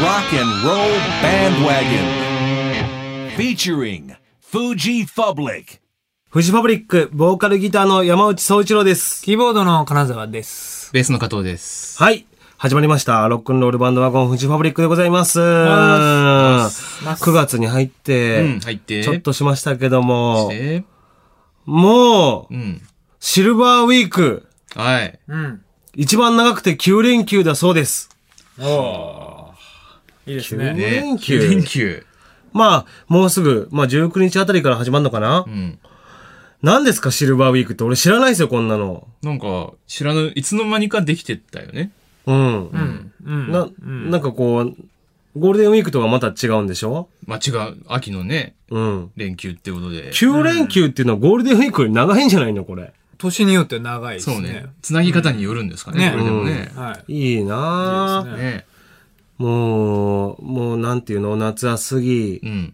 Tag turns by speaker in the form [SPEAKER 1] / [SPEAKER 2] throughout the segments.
[SPEAKER 1] rock and roll bandwagon. Featuring Fuji Public.
[SPEAKER 2] フジファブリック、ボーカルギターの山内総一郎です。
[SPEAKER 3] キーボードの金沢です。
[SPEAKER 4] ベースの加藤です。
[SPEAKER 2] はい。始まりました。ロックンロールバンドワゴンフジファブリックでございます。
[SPEAKER 3] ま
[SPEAKER 2] 9
[SPEAKER 3] すます
[SPEAKER 2] 月に入っ
[SPEAKER 4] う
[SPEAKER 2] て
[SPEAKER 4] ん、、入って。
[SPEAKER 2] ちょっとしましたけども
[SPEAKER 4] し、て。
[SPEAKER 2] もう
[SPEAKER 4] う、ん。
[SPEAKER 2] シルバーウィーク、
[SPEAKER 4] はい。
[SPEAKER 3] うん。
[SPEAKER 2] 一番長くて9連休だそうです。
[SPEAKER 3] いいです
[SPEAKER 2] 急
[SPEAKER 3] ね。
[SPEAKER 4] ね
[SPEAKER 2] 連休
[SPEAKER 4] 連休。
[SPEAKER 2] まあ、もうすぐ、まあ19日あたりから始まるのかな、
[SPEAKER 4] うん。
[SPEAKER 2] 何ですか、シルバーウィークって。俺知らないですよ、こんなの。
[SPEAKER 4] なんか、知らぬ、いつの間にかできてったよね。
[SPEAKER 2] うん。
[SPEAKER 3] うん。
[SPEAKER 2] な、なんかこう、ゴールデンウィークとはまた違うんでしょ
[SPEAKER 4] まあ、違う、秋のね、
[SPEAKER 2] うん。
[SPEAKER 4] 連休ってことで。
[SPEAKER 2] 9連休っていうのはゴールデンウィークより長いんじゃないのこれ。
[SPEAKER 3] 年によって長いですね。
[SPEAKER 4] そうね。つなぎ方によるんですかね、
[SPEAKER 3] ね
[SPEAKER 4] これでもね。
[SPEAKER 3] はい。
[SPEAKER 2] いいなぁ
[SPEAKER 3] いいです
[SPEAKER 4] ね。
[SPEAKER 2] もう、もうなんていうの夏は過ぎ
[SPEAKER 4] う。ん。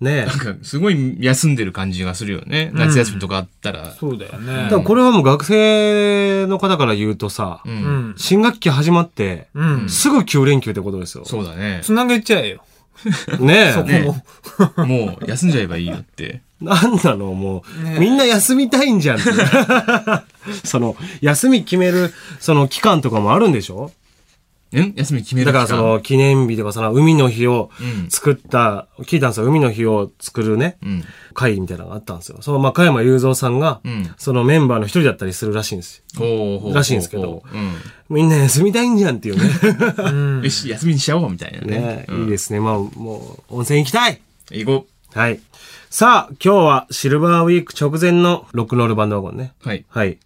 [SPEAKER 2] ね
[SPEAKER 4] なんか、すごい休んでる感じがするよね。夏休みとかあったら。
[SPEAKER 3] そうだよね
[SPEAKER 2] で。もこれはもう学生の方から言うとさ、
[SPEAKER 4] う。
[SPEAKER 3] うんん。
[SPEAKER 2] 新学期始まって、
[SPEAKER 3] うん。
[SPEAKER 2] すぐ9連休ってことですよ。
[SPEAKER 4] そうだね。
[SPEAKER 3] つなげちゃえよ。
[SPEAKER 2] ね
[SPEAKER 3] そこ
[SPEAKER 2] え。
[SPEAKER 4] ね
[SPEAKER 3] も。
[SPEAKER 4] もう、休んじゃえばいいよって。
[SPEAKER 2] なんなのもう、
[SPEAKER 3] ねえ
[SPEAKER 2] みんな休みたいんじゃんって。その、休み決める、その期間とかもあるんでしょ
[SPEAKER 4] ん休み決める
[SPEAKER 2] だ
[SPEAKER 4] 期
[SPEAKER 2] から
[SPEAKER 4] 間
[SPEAKER 2] その、記念日とかその、海の日を
[SPEAKER 4] うん
[SPEAKER 2] 作った、聞いたんですよ。海の日を作るね。
[SPEAKER 4] うん。
[SPEAKER 2] 会みたいなのがあったんですよ。その、まあ、加山雄三さんが、
[SPEAKER 4] うん
[SPEAKER 2] そのメンバーの一人だったりするらしいんですよ。
[SPEAKER 4] ほうほうほう。
[SPEAKER 2] らしいんですけど
[SPEAKER 4] うん。
[SPEAKER 2] みんな休みたいんじゃんっていう ね。
[SPEAKER 3] うん。
[SPEAKER 4] よし、休みにしちゃおう、みたいな
[SPEAKER 2] ね
[SPEAKER 4] ね。
[SPEAKER 2] いいですね。まあ、もう、温泉行きたい
[SPEAKER 4] 英語。
[SPEAKER 2] はい。さあ、今日はシルバーウィーク直前のロックノールバンドワゴンね。
[SPEAKER 4] はい。
[SPEAKER 2] はい。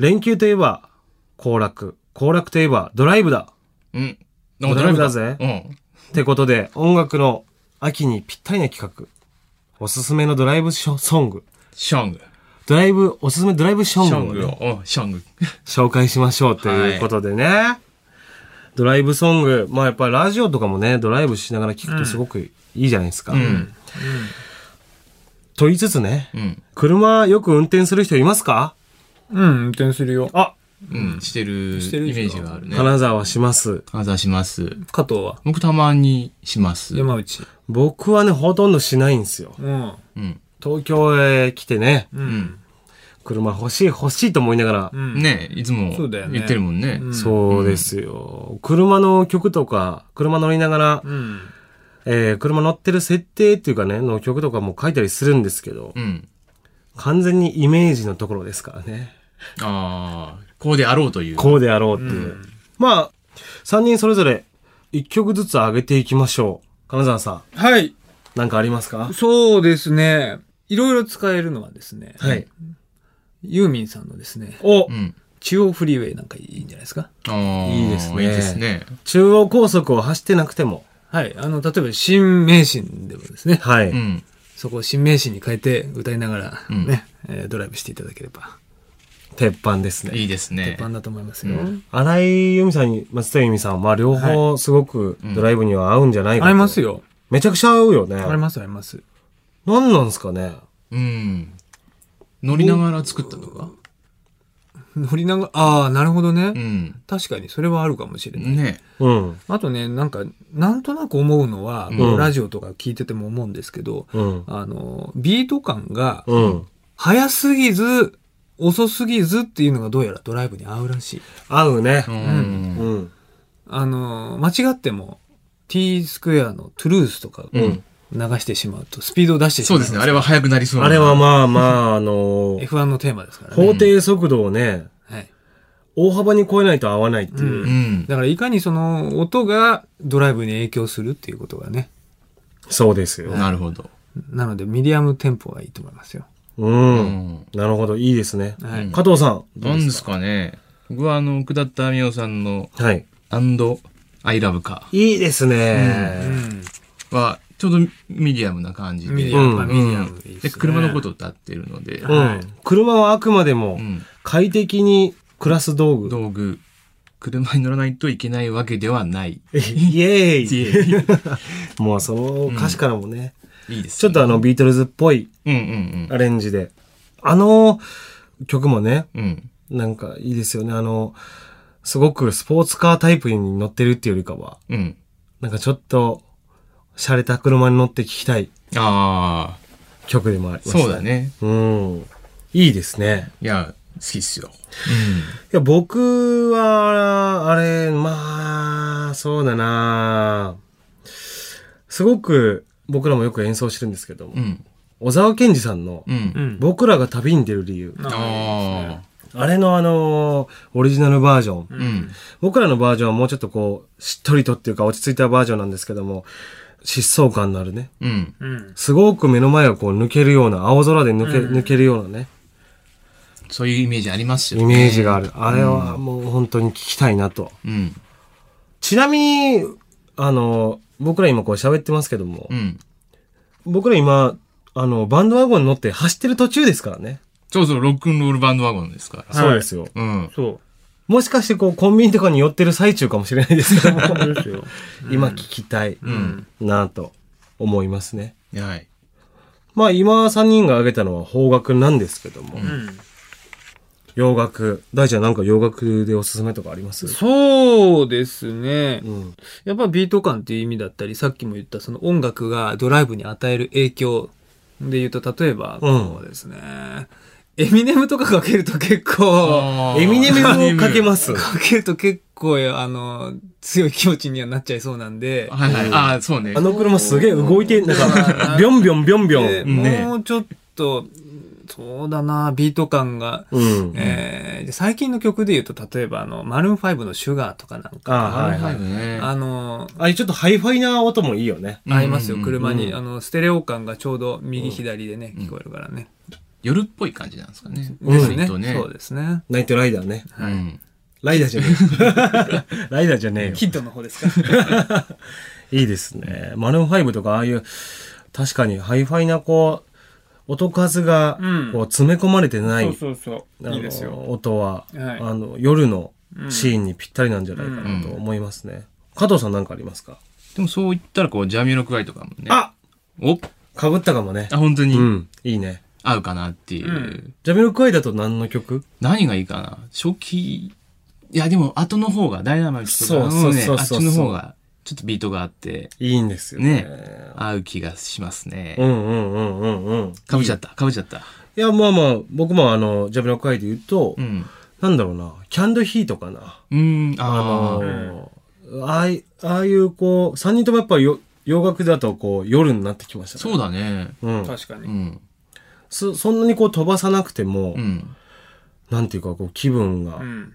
[SPEAKER 2] 連休といえば、行楽。行楽といえば、ドライブだ。
[SPEAKER 4] うん。
[SPEAKER 2] んかドライブだぜ
[SPEAKER 4] うん。
[SPEAKER 2] ってことで、音楽の秋にぴったりな企画。おすすめのドライブショソング。
[SPEAKER 4] ショング。
[SPEAKER 2] ドライブ、おすすめドライブショ
[SPEAKER 4] シ
[SPEAKER 2] ング
[SPEAKER 4] ョン
[SPEAKER 2] をね、
[SPEAKER 4] グを。うんショング。
[SPEAKER 2] 紹介しましょうということでね。ドライブソング。まあやっぱりラジオとかもね、ドライブしながら聞くとすごくいいじゃないですか。
[SPEAKER 4] うん。
[SPEAKER 2] と言いつつね、
[SPEAKER 4] うん。
[SPEAKER 2] 車よく運転する人いますか
[SPEAKER 3] うん、運転するよ。
[SPEAKER 2] あ、
[SPEAKER 4] うん。してる
[SPEAKER 3] してる
[SPEAKER 4] イメージがあるね。
[SPEAKER 2] 金沢はします。
[SPEAKER 4] 金沢します。
[SPEAKER 3] 加藤は
[SPEAKER 4] 僕たまにします。
[SPEAKER 3] 山内。
[SPEAKER 2] 僕はね、ほとんどしないんですよ。
[SPEAKER 3] うん。
[SPEAKER 4] うん。
[SPEAKER 2] 東京へ来てね、
[SPEAKER 4] うん。
[SPEAKER 2] 車欲しい欲しいと思いながら、
[SPEAKER 3] うん。。
[SPEAKER 4] ねいつも
[SPEAKER 3] そうだよね
[SPEAKER 4] 言ってるもんね。
[SPEAKER 3] うん
[SPEAKER 2] そうですよ、車の曲とか、車乗りながら、
[SPEAKER 3] うん。
[SPEAKER 2] えー車乗ってる設定っていうかね、の曲とかも書いたりするんですけど、
[SPEAKER 4] うん。
[SPEAKER 2] 完全にイメージのところですからね。
[SPEAKER 4] ああ、こうであろうという。
[SPEAKER 2] こうであろうっていう。まあ、3人それぞれ1曲ずつ上げていきましょう。金沢さん、
[SPEAKER 3] はい。
[SPEAKER 2] なんかありますか
[SPEAKER 3] そうですね。いろいろ使えるのはですね。
[SPEAKER 2] はい。
[SPEAKER 3] ユーミンさんのですね、
[SPEAKER 2] お、
[SPEAKER 4] うん。
[SPEAKER 3] 中央フリーウェイなんかいいんじゃないですか。
[SPEAKER 4] ああ、
[SPEAKER 2] いいですね
[SPEAKER 4] いいですね。
[SPEAKER 2] 中央高速を走ってなくても。
[SPEAKER 3] はい。あの、例えば、新名神でもですね。
[SPEAKER 2] はい。
[SPEAKER 4] うん。
[SPEAKER 3] そこを新名神に変えて歌いながら
[SPEAKER 4] うん
[SPEAKER 3] ね、えードライブしていただければ
[SPEAKER 2] 鉄板ですね。
[SPEAKER 4] いいですね
[SPEAKER 3] 鉄。板だと思いますよ。
[SPEAKER 2] 荒井由美さんに松田由美さんは、まあ両方すごくドライブには合うんじゃないか
[SPEAKER 3] あ
[SPEAKER 2] と
[SPEAKER 3] ります。よ。
[SPEAKER 2] めちゃくちゃ合うよね。
[SPEAKER 3] ありますあります。
[SPEAKER 2] 何なんですかね。
[SPEAKER 4] うん。乗りながら作ったとか
[SPEAKER 3] 乗りながら、ああ、なるほどね、
[SPEAKER 4] うん。
[SPEAKER 3] 確かにそれはあるかもしれない。
[SPEAKER 4] ね
[SPEAKER 2] うん。
[SPEAKER 3] あとね、なんか、なんとなく思うのは、
[SPEAKER 4] うん
[SPEAKER 3] このラジオとか聞いてても思うんですけど、
[SPEAKER 2] うん。
[SPEAKER 3] あの、ビート感が、
[SPEAKER 2] うん。
[SPEAKER 3] 早すぎず、遅すぎずっていうのがどうやらドライブに合うらしい。
[SPEAKER 2] 合うね
[SPEAKER 4] う。。
[SPEAKER 2] うんん。
[SPEAKER 3] あの、間違っても、t スクエアのトゥルースとか
[SPEAKER 4] う
[SPEAKER 3] 流
[SPEAKER 4] ん
[SPEAKER 3] してしまうと、スピードを出してし
[SPEAKER 4] そ
[SPEAKER 3] ま
[SPEAKER 4] う
[SPEAKER 3] う。
[SPEAKER 4] ですね。あれは早くなりそうな
[SPEAKER 2] あれはまあまあ、あのー
[SPEAKER 3] F1 のテーマですからね。
[SPEAKER 2] 法定速度をね、
[SPEAKER 3] はい。
[SPEAKER 2] 大幅に超えないと合わないっていう。
[SPEAKER 3] う
[SPEAKER 4] うん。
[SPEAKER 3] だからいかにその音がドライブに影響するっていうことがね。
[SPEAKER 2] そうですよ。
[SPEAKER 4] なるほど。
[SPEAKER 3] なので、ミディアムテンポがいいと思いますよ。
[SPEAKER 2] うん。
[SPEAKER 4] うん
[SPEAKER 2] なるほど。いいですね。
[SPEAKER 3] はい。
[SPEAKER 2] 加藤さん。
[SPEAKER 4] なんですかね。僕はあの、奥田民生さんの
[SPEAKER 2] はい。
[SPEAKER 4] アンドアイラブカ
[SPEAKER 2] いいです
[SPEAKER 3] う
[SPEAKER 2] ね。
[SPEAKER 3] ん。
[SPEAKER 4] ーは、ちょうどミディアムな感じで。
[SPEAKER 3] ミディアム、
[SPEAKER 2] うん
[SPEAKER 3] まあミディアムいいです
[SPEAKER 4] で、
[SPEAKER 3] ね。
[SPEAKER 4] 車のことを歌ってるので、
[SPEAKER 2] うん。車はあくまでも
[SPEAKER 4] うん
[SPEAKER 2] 快適に暮らす道具。
[SPEAKER 4] 道具、車に乗らないといけないわけではない。
[SPEAKER 2] イエ
[SPEAKER 4] い
[SPEAKER 2] ーイもうその歌詞からもね、
[SPEAKER 4] いです。
[SPEAKER 2] ちょっとあのビートルズっぽい
[SPEAKER 4] うんうん
[SPEAKER 2] アレンジで。あの曲もね、
[SPEAKER 4] うん。うん。
[SPEAKER 2] なんかいいですよね。あの、すごくスポーツカータイプに乗ってるっていうよりかは、
[SPEAKER 4] うん。
[SPEAKER 2] なんかちょっと、洒落た車に乗って聴きたい
[SPEAKER 4] ああ、
[SPEAKER 2] 曲でもありました、
[SPEAKER 4] そうだ。ね。
[SPEAKER 2] うん。いいですね。
[SPEAKER 4] いや、好きっすよ。
[SPEAKER 2] いや、僕は、あれ、まあ、そうだなすごく、僕らもよく演奏してるんですけども、
[SPEAKER 4] うん。
[SPEAKER 2] 小沢健二さんの
[SPEAKER 4] う、ん。
[SPEAKER 5] うん。
[SPEAKER 2] 僕らが旅に出る理由。
[SPEAKER 5] な
[SPEAKER 4] あ
[SPEAKER 2] あれのあのーオリジナルバージョン。
[SPEAKER 4] あ、うん。
[SPEAKER 2] 僕らのバージョンはもうちょっとこう、しっとりとっていうか落ち着いたバージョンなんですけども、疾走感のあるね。
[SPEAKER 4] うん。
[SPEAKER 5] うん。
[SPEAKER 2] すごく目の前をこう抜けるような、青空で抜け,、抜けるようなね、
[SPEAKER 4] そういうイメージありますよ
[SPEAKER 2] イ
[SPEAKER 4] ね。
[SPEAKER 2] メージがある。あれはもう本当に聞きたいなと。
[SPEAKER 4] うん。
[SPEAKER 2] ちなみに、あの、僕ら今こう喋ってますけども
[SPEAKER 4] う、ん。
[SPEAKER 2] 僕ら今、あの、バンドワゴンに乗って走ってる途中ですからね。
[SPEAKER 4] そうそう、ロックンロールバンドワゴンですから。
[SPEAKER 2] そうですよ。
[SPEAKER 4] うん。
[SPEAKER 5] そ
[SPEAKER 2] もしかしてこう、コンビニとかに寄ってる最中かもしれないです けども
[SPEAKER 5] う。、そうですよ。
[SPEAKER 2] 今聞きたい
[SPEAKER 4] ん
[SPEAKER 2] なと思いますね。
[SPEAKER 4] はい。
[SPEAKER 2] まあ今3人が挙げたのは邦楽なんですけども、
[SPEAKER 5] うん。
[SPEAKER 2] 洋楽、大ちゃんなんか洋楽でおすすめとかあります
[SPEAKER 5] そうですね。
[SPEAKER 2] うん。
[SPEAKER 5] やっぱビート感っていう意味だったり、さっきも言ったその音楽がドライブに与える影響で言うと、例えば、
[SPEAKER 2] うん
[SPEAKER 5] そうですね。エミネムとかかけると結構、
[SPEAKER 2] エミネムをかけ
[SPEAKER 4] す。
[SPEAKER 2] ます。
[SPEAKER 5] かけると結構、あの、強い気持ちにはなっちゃいそうなんで、
[SPEAKER 4] はいはい。ああ、そうね
[SPEAKER 2] あ。の車すげえ動いて、なんか、ビョンビョンビョンビ
[SPEAKER 5] で
[SPEAKER 2] ョン。
[SPEAKER 4] ね
[SPEAKER 5] もうちょっと、そうだな、ビート感が、
[SPEAKER 2] うん。
[SPEAKER 5] えーで最近の曲で言うと、例えばあの、マルーン5のシュガーとかなんか、
[SPEAKER 2] ああ、は
[SPEAKER 4] はいい
[SPEAKER 2] は
[SPEAKER 4] はいい。ね。
[SPEAKER 5] あの、
[SPEAKER 2] あれちょっとハイファイな音もいいよね。
[SPEAKER 5] 合いますよ、
[SPEAKER 4] うん
[SPEAKER 5] 車に。
[SPEAKER 2] うん
[SPEAKER 5] あの、ステレオ感がちょうど右左でね、聞こえるからね。
[SPEAKER 4] 夜っぽい感じなんですかね。
[SPEAKER 5] です
[SPEAKER 4] 割と
[SPEAKER 5] ね。そうですね。
[SPEAKER 2] ナイトライダーね。
[SPEAKER 4] うん。
[SPEAKER 2] ライダーじゃねえよ。ライダーじゃ ねえよ。
[SPEAKER 5] キッドの方です か
[SPEAKER 2] いいですね。マルーン5とか、ああいう、確かにハイファイな、こう、音数が
[SPEAKER 5] うん、
[SPEAKER 2] こう、詰め込まれてない、
[SPEAKER 5] そうそう
[SPEAKER 2] あの。音は、
[SPEAKER 5] はい
[SPEAKER 2] あの、夜のシーンにぴったりなんじゃないかなと
[SPEAKER 4] うん
[SPEAKER 2] 思いますね。加藤さんなんかありますか
[SPEAKER 4] でもそう言ったら、こう、ジャミロクワイとかもね。
[SPEAKER 2] あ
[SPEAKER 4] お
[SPEAKER 2] かぶったかもね。
[SPEAKER 4] あ、本当
[SPEAKER 2] う
[SPEAKER 4] に
[SPEAKER 2] ん。いいね。
[SPEAKER 4] 合うかなっていう。
[SPEAKER 5] うん
[SPEAKER 2] ジャミロクワイだと何の曲
[SPEAKER 4] 何がいいかな初期、いやでも後の方が、ダイナマイトとかのね、
[SPEAKER 2] そうそうそうそう
[SPEAKER 4] あっちの方が、ちょっとビートがあって、
[SPEAKER 2] いいんですよね。
[SPEAKER 4] ね、合う気がしますね。
[SPEAKER 2] うんうんうんうんうん。
[SPEAKER 4] かぶっちゃった、かぶっちゃった。
[SPEAKER 2] いや、まあまあ、僕もあの、ジャブラックアイで言うと、
[SPEAKER 4] うん。
[SPEAKER 2] なんだろうな、キャンドヒーとかな。
[SPEAKER 4] うーん、
[SPEAKER 2] あ
[SPEAKER 4] あ
[SPEAKER 2] の
[SPEAKER 4] ー
[SPEAKER 2] ーああい、ああいうこう、三人ともやっぱよ洋楽だとこう、夜になってきましたね。
[SPEAKER 4] そうだね。
[SPEAKER 2] うん。
[SPEAKER 5] 確かに。
[SPEAKER 4] うん。
[SPEAKER 2] そ、そんなにこう飛ばさなくても、
[SPEAKER 4] うん。
[SPEAKER 2] なんていうかこう、気分が
[SPEAKER 5] うん。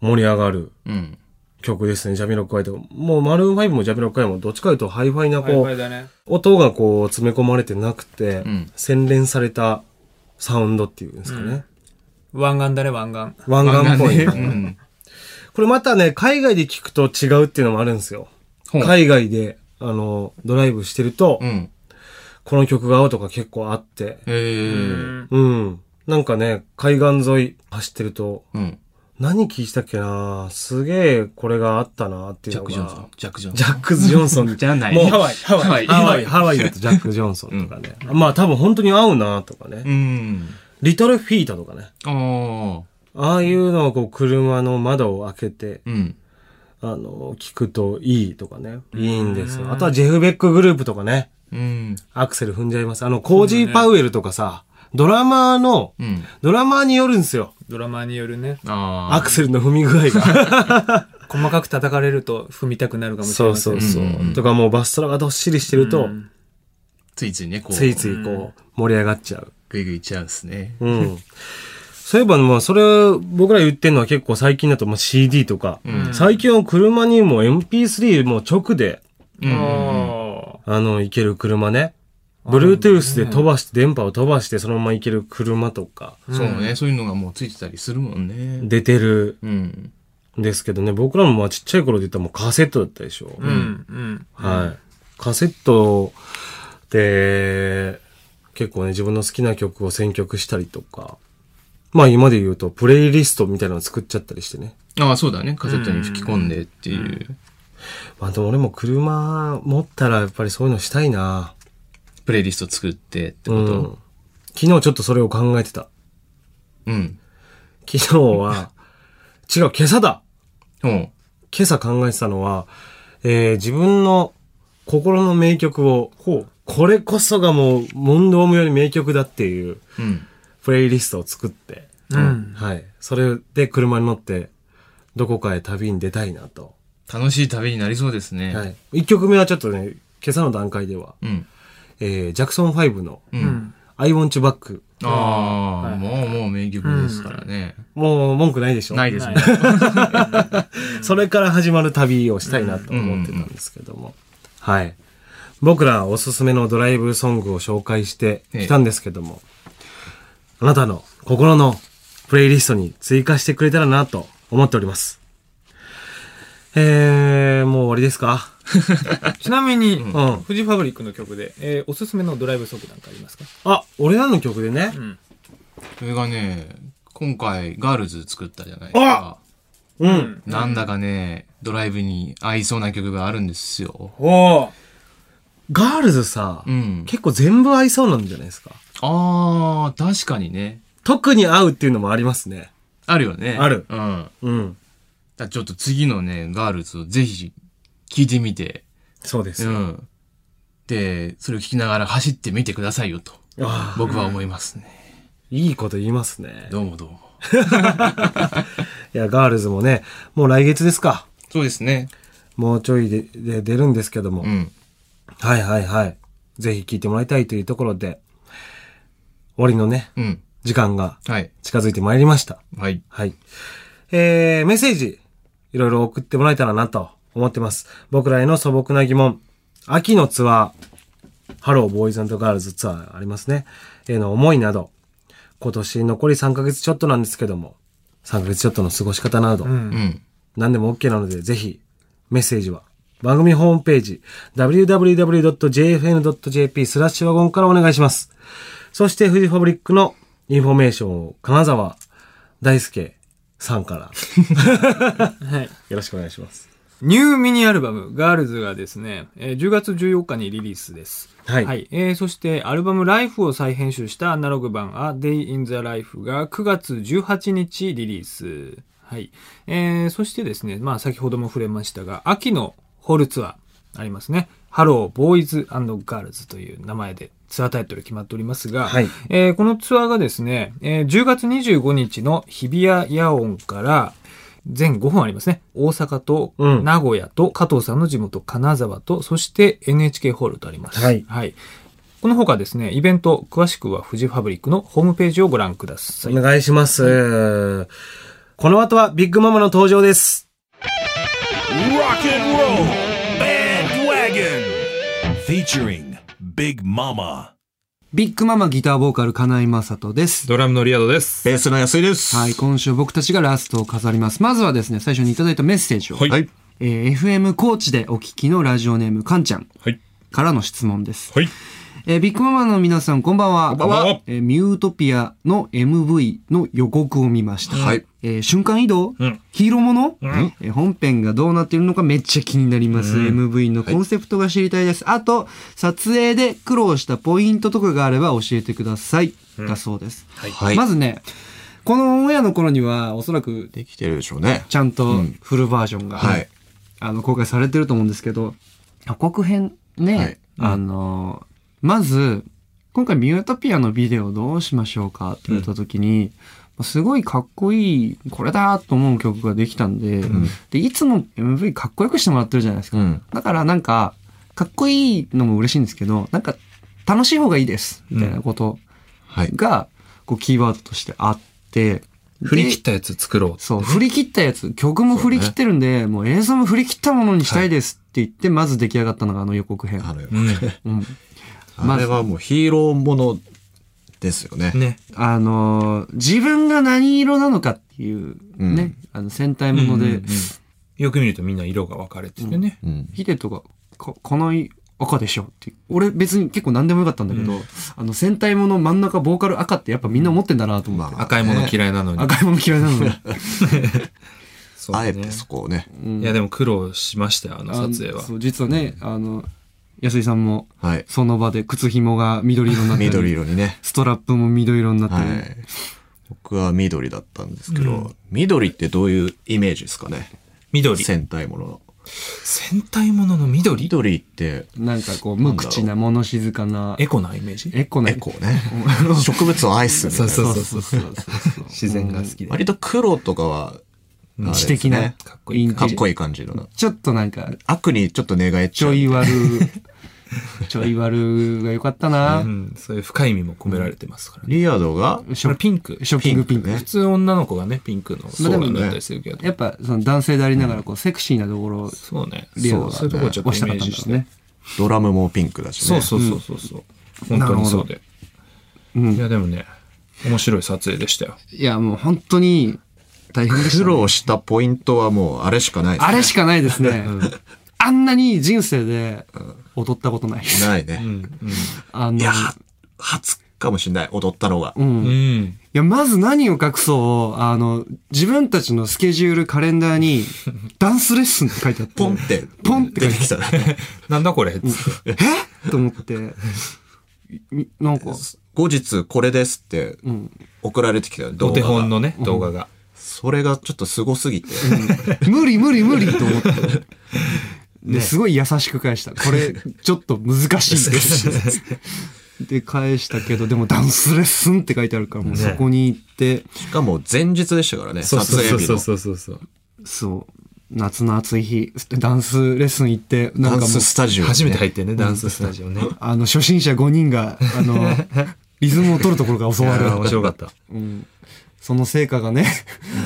[SPEAKER 2] 盛り上がる
[SPEAKER 4] うん。
[SPEAKER 2] 曲ですね、ジャミロックアイとか。もう、マルーン5もジャミロックアイも、どっちかというとハイファイな
[SPEAKER 5] ハイ
[SPEAKER 2] こ
[SPEAKER 5] ファ
[SPEAKER 2] う、
[SPEAKER 5] イだね。
[SPEAKER 2] 音がこう、詰め込まれてなくて、
[SPEAKER 4] うん
[SPEAKER 2] 洗練されたサウンドっていうんですかね。
[SPEAKER 5] 湾岸だね、湾岸。
[SPEAKER 2] 湾岸っぽい、ね。
[SPEAKER 4] 漫画ねうん。
[SPEAKER 2] これまたね、海外で聞くと違うっていうのもあるんですよ。
[SPEAKER 4] ほう
[SPEAKER 2] 海外で、あの、ドライブしてると、
[SPEAKER 4] うん。
[SPEAKER 2] この曲が合うとか結構あって、
[SPEAKER 4] えー。
[SPEAKER 2] うん。なんかね、海岸沿い走ってると、
[SPEAKER 4] うん。
[SPEAKER 2] 何聞いてたっけなすげえこれがあったなってい
[SPEAKER 4] ジ
[SPEAKER 2] う
[SPEAKER 4] ャ
[SPEAKER 2] のが。
[SPEAKER 4] ック・ジョンソン。ジャック・ジョン
[SPEAKER 2] ジ
[SPEAKER 4] ソン。
[SPEAKER 2] ャック・ジョンソン。
[SPEAKER 4] じゃない
[SPEAKER 2] もう
[SPEAKER 4] ハワイ
[SPEAKER 2] ハワイ。ハ
[SPEAKER 4] ハ
[SPEAKER 2] ワ
[SPEAKER 4] ワ
[SPEAKER 2] イ、
[SPEAKER 4] イ
[SPEAKER 2] ハワイ だとジャック・ジョンソンとかね。まあ多分本当に合うなとかね。
[SPEAKER 4] うん。
[SPEAKER 2] リトルフィートとかね。
[SPEAKER 4] ああ。
[SPEAKER 2] ああいうのをこう車の窓を開けて、
[SPEAKER 4] うん。
[SPEAKER 2] あの、聞くといいとかね。いいんですよ。あとはジェフ・ベックグループとかね。
[SPEAKER 4] うん。
[SPEAKER 2] アクセル踏んじゃいます。あの、コージー・パウエルとかさ、ドラマーの、
[SPEAKER 4] うん。
[SPEAKER 2] ドラマーによるんですよ。
[SPEAKER 5] ドラマによるね。
[SPEAKER 4] あ
[SPEAKER 2] ア
[SPEAKER 4] あ。
[SPEAKER 2] クセルの踏み具合が。
[SPEAKER 5] 細かく叩かれると踏みたくなるかもしれません。
[SPEAKER 4] う そう
[SPEAKER 2] とかもうバストラがどっしりしてると、
[SPEAKER 4] ついついね、こう。
[SPEAKER 2] ついついこう、盛り上がっちゃう。
[SPEAKER 4] グイグイいっちゃうんですね。
[SPEAKER 2] うん。そういえば、まあ、それ、僕ら言ってんのは結構最近だと、まあ、CD とか、最近は車にも MP3 も直で、
[SPEAKER 4] うんうんうん。
[SPEAKER 5] あ
[SPEAKER 2] あの、行ける車ね。Bluetooth で飛ばして、電波を飛ばして、そのまま行ける車とか、
[SPEAKER 4] そうね、そういうのがもうついてたりするもんね。
[SPEAKER 2] 出てる
[SPEAKER 4] うん。
[SPEAKER 2] んですけどね、僕らもまあちっちゃい頃で言ったらもうカセットだったでしょ。
[SPEAKER 5] ーうん、うん。
[SPEAKER 2] はい。カセットで、結構ね、自分の好きな曲を選曲したりとか、まあ今で言うと、プレイリストみたいなのを作っちゃったりしてね。
[SPEAKER 4] ああ、そうだね。カセットに吹き込んでっていう。
[SPEAKER 2] まあでも俺も車持ったらやっぱりそういうのしたいな
[SPEAKER 4] プレイリスト作ってって
[SPEAKER 2] う
[SPEAKER 4] こ
[SPEAKER 2] ん
[SPEAKER 4] と。。
[SPEAKER 2] 昨日ちょっとそれを考えてた。
[SPEAKER 4] うん。
[SPEAKER 2] 昨日は、違う、今朝だ
[SPEAKER 4] ほう。
[SPEAKER 2] 今朝考えてたのは、えー自分の心の名曲を、
[SPEAKER 4] ほ
[SPEAKER 2] これこそがもう問答無用に名曲だっていう
[SPEAKER 1] うん。
[SPEAKER 2] プレイリストを作って、
[SPEAKER 3] うん。
[SPEAKER 2] はい。それで車に乗って、どこかへ旅に出たいなと。
[SPEAKER 4] う。楽しい旅になりそうですね。
[SPEAKER 2] はい。1曲目はちょっとね、今朝の段階では、
[SPEAKER 4] うん。
[SPEAKER 2] えージャクソン5の
[SPEAKER 4] う。
[SPEAKER 3] うんん。
[SPEAKER 2] I Want You Back。
[SPEAKER 4] ああ、
[SPEAKER 3] はい
[SPEAKER 4] もうもう名曲ですからね。
[SPEAKER 2] もう文句ないでしょ
[SPEAKER 4] ないですね。
[SPEAKER 2] それから始まる旅をしたいなと思ってたんですけども。はい。僕らおすすめのドライブソングを紹介してきたんですけども、あなたの心のプレイリストに追加してくれたらなと思っております。えー、もう終わりですか
[SPEAKER 3] ちなみに、
[SPEAKER 2] ん
[SPEAKER 3] フジファブリックの曲で、えーおすすめのドライブソングなんかありますか
[SPEAKER 2] あ、俺らの曲でね、
[SPEAKER 3] ん。
[SPEAKER 4] それがね、今回、ガールズ作ったじゃないですか。
[SPEAKER 2] うん。
[SPEAKER 4] なんだかね、ドライブに合いそうな曲があるんですよ。
[SPEAKER 3] おー
[SPEAKER 2] ガールズさ、
[SPEAKER 4] うん。
[SPEAKER 2] 結構全部合いそうなんじゃないですか。
[SPEAKER 4] ああ、確かにね。
[SPEAKER 2] 特に合うっていうのもありますね。
[SPEAKER 4] あるよね。
[SPEAKER 2] ある
[SPEAKER 4] うん。だか
[SPEAKER 2] うん。
[SPEAKER 4] らちょっと次のね、ガールズをぜひ聞いてみて。
[SPEAKER 2] そうです
[SPEAKER 4] う
[SPEAKER 2] よ。
[SPEAKER 4] ん。で、それを聞きながら走ってみてくださいよと、
[SPEAKER 2] あ
[SPEAKER 4] 僕は思いますね。
[SPEAKER 2] いいこと言いますね。
[SPEAKER 4] どうもどうも。
[SPEAKER 2] いや、ガールズもね、もう来月ですか。
[SPEAKER 4] そうですね。
[SPEAKER 2] もうちょいでで出るんですけども、
[SPEAKER 4] うん。
[SPEAKER 2] はいはいはい。ぜひ聞いてもらいたいというところで、終わりのね、
[SPEAKER 4] うん。
[SPEAKER 2] 時間が
[SPEAKER 4] はい。
[SPEAKER 2] 近づいてまいりました。
[SPEAKER 4] はい。
[SPEAKER 2] はい。えー、メッセージ、いろいろ送ってもらえたらなと思ってます。僕らへの素朴な疑問、秋のツアー、ハローボーイズガールズツアーありますね。への思いなど、今年残り3ヶ月ちょっとなんですけども、3ヶ月ちょっとの過ごし方など、
[SPEAKER 4] うん。
[SPEAKER 2] 何でも OK なので、ぜひ、メッセージは、番組ホームページ、www.jfn.jp スラッシュワゴンからお願いします。そして、富士ファブリックのインフォメーションを、金沢大輔さんから、
[SPEAKER 3] はい。
[SPEAKER 2] よろしくお願いします。
[SPEAKER 3] ニューミニアルバム、ガールズがですね、えー10月14日にリリースです。
[SPEAKER 2] はい
[SPEAKER 3] えーそして、アルバムライフを再編集したアナログ版、A Day in the Life が9月18日リリース。はい。えーそしてですね、まあ先ほども触れましたが、秋のホールツアーありますね。ハロー、ボーイズガールズという名前でツアータイトル決まっておりますが、
[SPEAKER 2] はい
[SPEAKER 3] えーこのツアーがですね、えー10月25日の日比谷野音から、全5本ありますね。大阪と
[SPEAKER 2] うん
[SPEAKER 3] 名古屋と加藤さんの地元金沢と、そして NHK ホールとあります。
[SPEAKER 2] はい
[SPEAKER 3] この他ですね、イベント、詳しくはフジファブリックのホームページをご覧ください。
[SPEAKER 2] お願いします。この後は、ビッグママの登場です。
[SPEAKER 1] Rock and roll bandwagon. Featuring Big Mama.
[SPEAKER 6] ビッグママギターボーカル金井正人です。
[SPEAKER 7] ドラムのリアドです。
[SPEAKER 8] ベースの安井です。
[SPEAKER 6] はい、今週僕たちがラストを飾ります。まずはですね、最初にいただいたメッセージを。
[SPEAKER 7] はい。はい。
[SPEAKER 6] えー FM 高知でお聞きのラジオネームかんちゃん
[SPEAKER 7] はい。
[SPEAKER 6] からの質問です。えービッグママの皆さんこんばんは。こん
[SPEAKER 7] ばんは
[SPEAKER 6] えーミュートピアの MV の予告を見ました。
[SPEAKER 8] はい
[SPEAKER 6] えー瞬間移動、
[SPEAKER 7] うん
[SPEAKER 6] ヒーローもの、えー本編がどうなっているのかめっちゃ気になります。MV のコンセプトが知りたいです。あと、撮影で苦労したポイントとかがあれば教えてください。だそうです。
[SPEAKER 8] はい
[SPEAKER 6] まずね、このオンエアの頃にはおそらく
[SPEAKER 8] できてるでしょうね。
[SPEAKER 6] ちゃんとフルバージョンが、
[SPEAKER 8] はい
[SPEAKER 6] あの公開されてると思うんですけど、予告編ね、
[SPEAKER 8] はい
[SPEAKER 6] あの、まず、今回ミュートピアのビデオどうしましょうかって言った時に、すごいかっこいい、これだと思う曲ができたんで、で、いつも MV かっこよくしてもらってるじゃないですか。
[SPEAKER 8] うん
[SPEAKER 6] だからなんか、かっこいいのも嬉しいんですけど、なんか楽しい方がいいです、みたいなこと
[SPEAKER 8] はい。
[SPEAKER 6] が、こうキーワードとしてあって、
[SPEAKER 7] 振り切
[SPEAKER 6] で
[SPEAKER 7] ったやつ作ろ
[SPEAKER 6] そう、振り切ったやつ、曲も振り切ってるんで、もう映像も振り切ったものにしたいですって言って、まず出来上がったのがあの予告編。
[SPEAKER 8] あれ、
[SPEAKER 6] うん
[SPEAKER 8] あれはもうヒーローものですよね
[SPEAKER 7] う。。ね。
[SPEAKER 6] あのー自分が何色なのかっていう
[SPEAKER 8] うん
[SPEAKER 6] ね、あの戦隊もので、
[SPEAKER 7] よく見るとみんな色が分かれててね。
[SPEAKER 8] うん。
[SPEAKER 6] ヒデとか、ここの赤でしょって。俺別に結構何でもよかったんだけど、あの戦隊もの真ん中ボーカル赤ってやっぱみんな思ってんだなと思って。
[SPEAKER 8] ま
[SPEAKER 7] 赤いもの嫌いなのに。
[SPEAKER 6] 赤いもの嫌いなのに。
[SPEAKER 7] そう
[SPEAKER 8] あえ
[SPEAKER 7] ね
[SPEAKER 8] てそこをね。
[SPEAKER 7] いやでも苦労しましたよ、あの撮影は
[SPEAKER 6] あの。そう、実はね、あの、安井さんも、
[SPEAKER 8] はい。
[SPEAKER 6] その場で靴紐が緑色になったり
[SPEAKER 8] 緑色にね。
[SPEAKER 6] ストラップも緑色になって
[SPEAKER 8] は
[SPEAKER 6] る、
[SPEAKER 8] い。僕は緑だったんですけど、緑ってどういうイメージですかね
[SPEAKER 7] 緑。
[SPEAKER 8] 戦隊ものの。
[SPEAKER 3] 戦隊ものの緑
[SPEAKER 8] 緑って、
[SPEAKER 6] なんかこう、無口な物静かな、
[SPEAKER 3] エコなイメージ
[SPEAKER 6] エコな
[SPEAKER 8] エコね。 植物を愛すみたいな。
[SPEAKER 3] そうそうそうそう。自然が好きで。
[SPEAKER 8] 割と黒とかは、あれです
[SPEAKER 6] 知的な、
[SPEAKER 8] ね
[SPEAKER 6] かっこいい
[SPEAKER 8] か
[SPEAKER 6] 感
[SPEAKER 8] っ
[SPEAKER 6] じ。
[SPEAKER 8] こいい感じのな。
[SPEAKER 6] ちょっとなんか、
[SPEAKER 8] 悪にちょっと寝返っ
[SPEAKER 6] ち
[SPEAKER 8] ちゃ
[SPEAKER 6] ょ
[SPEAKER 8] う。
[SPEAKER 6] い 悪、ちょい悪が良かったな
[SPEAKER 3] う。ん、そういう深い意味も込められてますからね。
[SPEAKER 8] リアドが、
[SPEAKER 6] ショ
[SPEAKER 3] ピンク。
[SPEAKER 6] ショッキングピンク。
[SPEAKER 8] ね
[SPEAKER 3] 普通女の子がね、ピンクの
[SPEAKER 8] うだ
[SPEAKER 3] そう
[SPEAKER 8] ね
[SPEAKER 3] だったりするけど。
[SPEAKER 6] やっぱ、その男性でありながら、こう、セクシーなところを
[SPEAKER 3] そうね。そ
[SPEAKER 6] リアル
[SPEAKER 3] う
[SPEAKER 6] が
[SPEAKER 3] そういうところちょっと
[SPEAKER 6] 押
[SPEAKER 3] イ
[SPEAKER 6] したか
[SPEAKER 3] メー
[SPEAKER 6] った
[SPEAKER 3] ジ
[SPEAKER 6] んで
[SPEAKER 3] し
[SPEAKER 6] す
[SPEAKER 3] て。
[SPEAKER 6] ね。
[SPEAKER 8] ドラムもピンクだし
[SPEAKER 3] そ
[SPEAKER 8] ね。
[SPEAKER 3] うそうそうそうそう。本当にそうで。
[SPEAKER 6] うん
[SPEAKER 3] いやでもね、面白い撮影でしたよ。
[SPEAKER 6] いや、もう本当に大変でしたね、
[SPEAKER 8] 苦労したポイントはもうあれしかないです
[SPEAKER 6] あ
[SPEAKER 8] ね
[SPEAKER 6] れしかないですね。あんなに人生で踊ったことないです。
[SPEAKER 8] ないね。
[SPEAKER 6] あの、
[SPEAKER 8] いや、初かもしれない。踊ったのが。
[SPEAKER 3] う
[SPEAKER 6] う。
[SPEAKER 3] ん
[SPEAKER 6] い
[SPEAKER 3] ん。
[SPEAKER 6] や、まず何を隠そう、あの、自分たちのスケジュール、カレンダー に、ダンスレッスンって書いてあって。
[SPEAKER 8] ポンって、
[SPEAKER 6] ポンって
[SPEAKER 8] 出てきたら。
[SPEAKER 3] なんだこれっつって
[SPEAKER 6] えと思って、みなんか、
[SPEAKER 8] 後日これですって
[SPEAKER 6] うん。
[SPEAKER 8] 送られてきた動画が。
[SPEAKER 3] お手本のね、動画が。
[SPEAKER 8] それがちょっとすごすぎて。
[SPEAKER 6] 無理無理無理と 思って。ですごい優しく返した。これ、ちょっと難しい です。で、返したけど、でもダンスレッスンって書いてあるから、もうそこに行って、
[SPEAKER 8] しかも前日でしたからね、撮影日の。
[SPEAKER 3] うそうそう。
[SPEAKER 6] そう、夏の暑い日、ダンスレッスン行って、なんか
[SPEAKER 8] ダン
[SPEAKER 6] もう
[SPEAKER 8] ス、スタジオ。
[SPEAKER 3] 初めて入ってね、ダンススタジオね。
[SPEAKER 6] あの、初心者5人が、あの、リズムを取るところから教わ
[SPEAKER 3] あー
[SPEAKER 6] る。
[SPEAKER 3] 面白かった。
[SPEAKER 6] うん、その成果がね、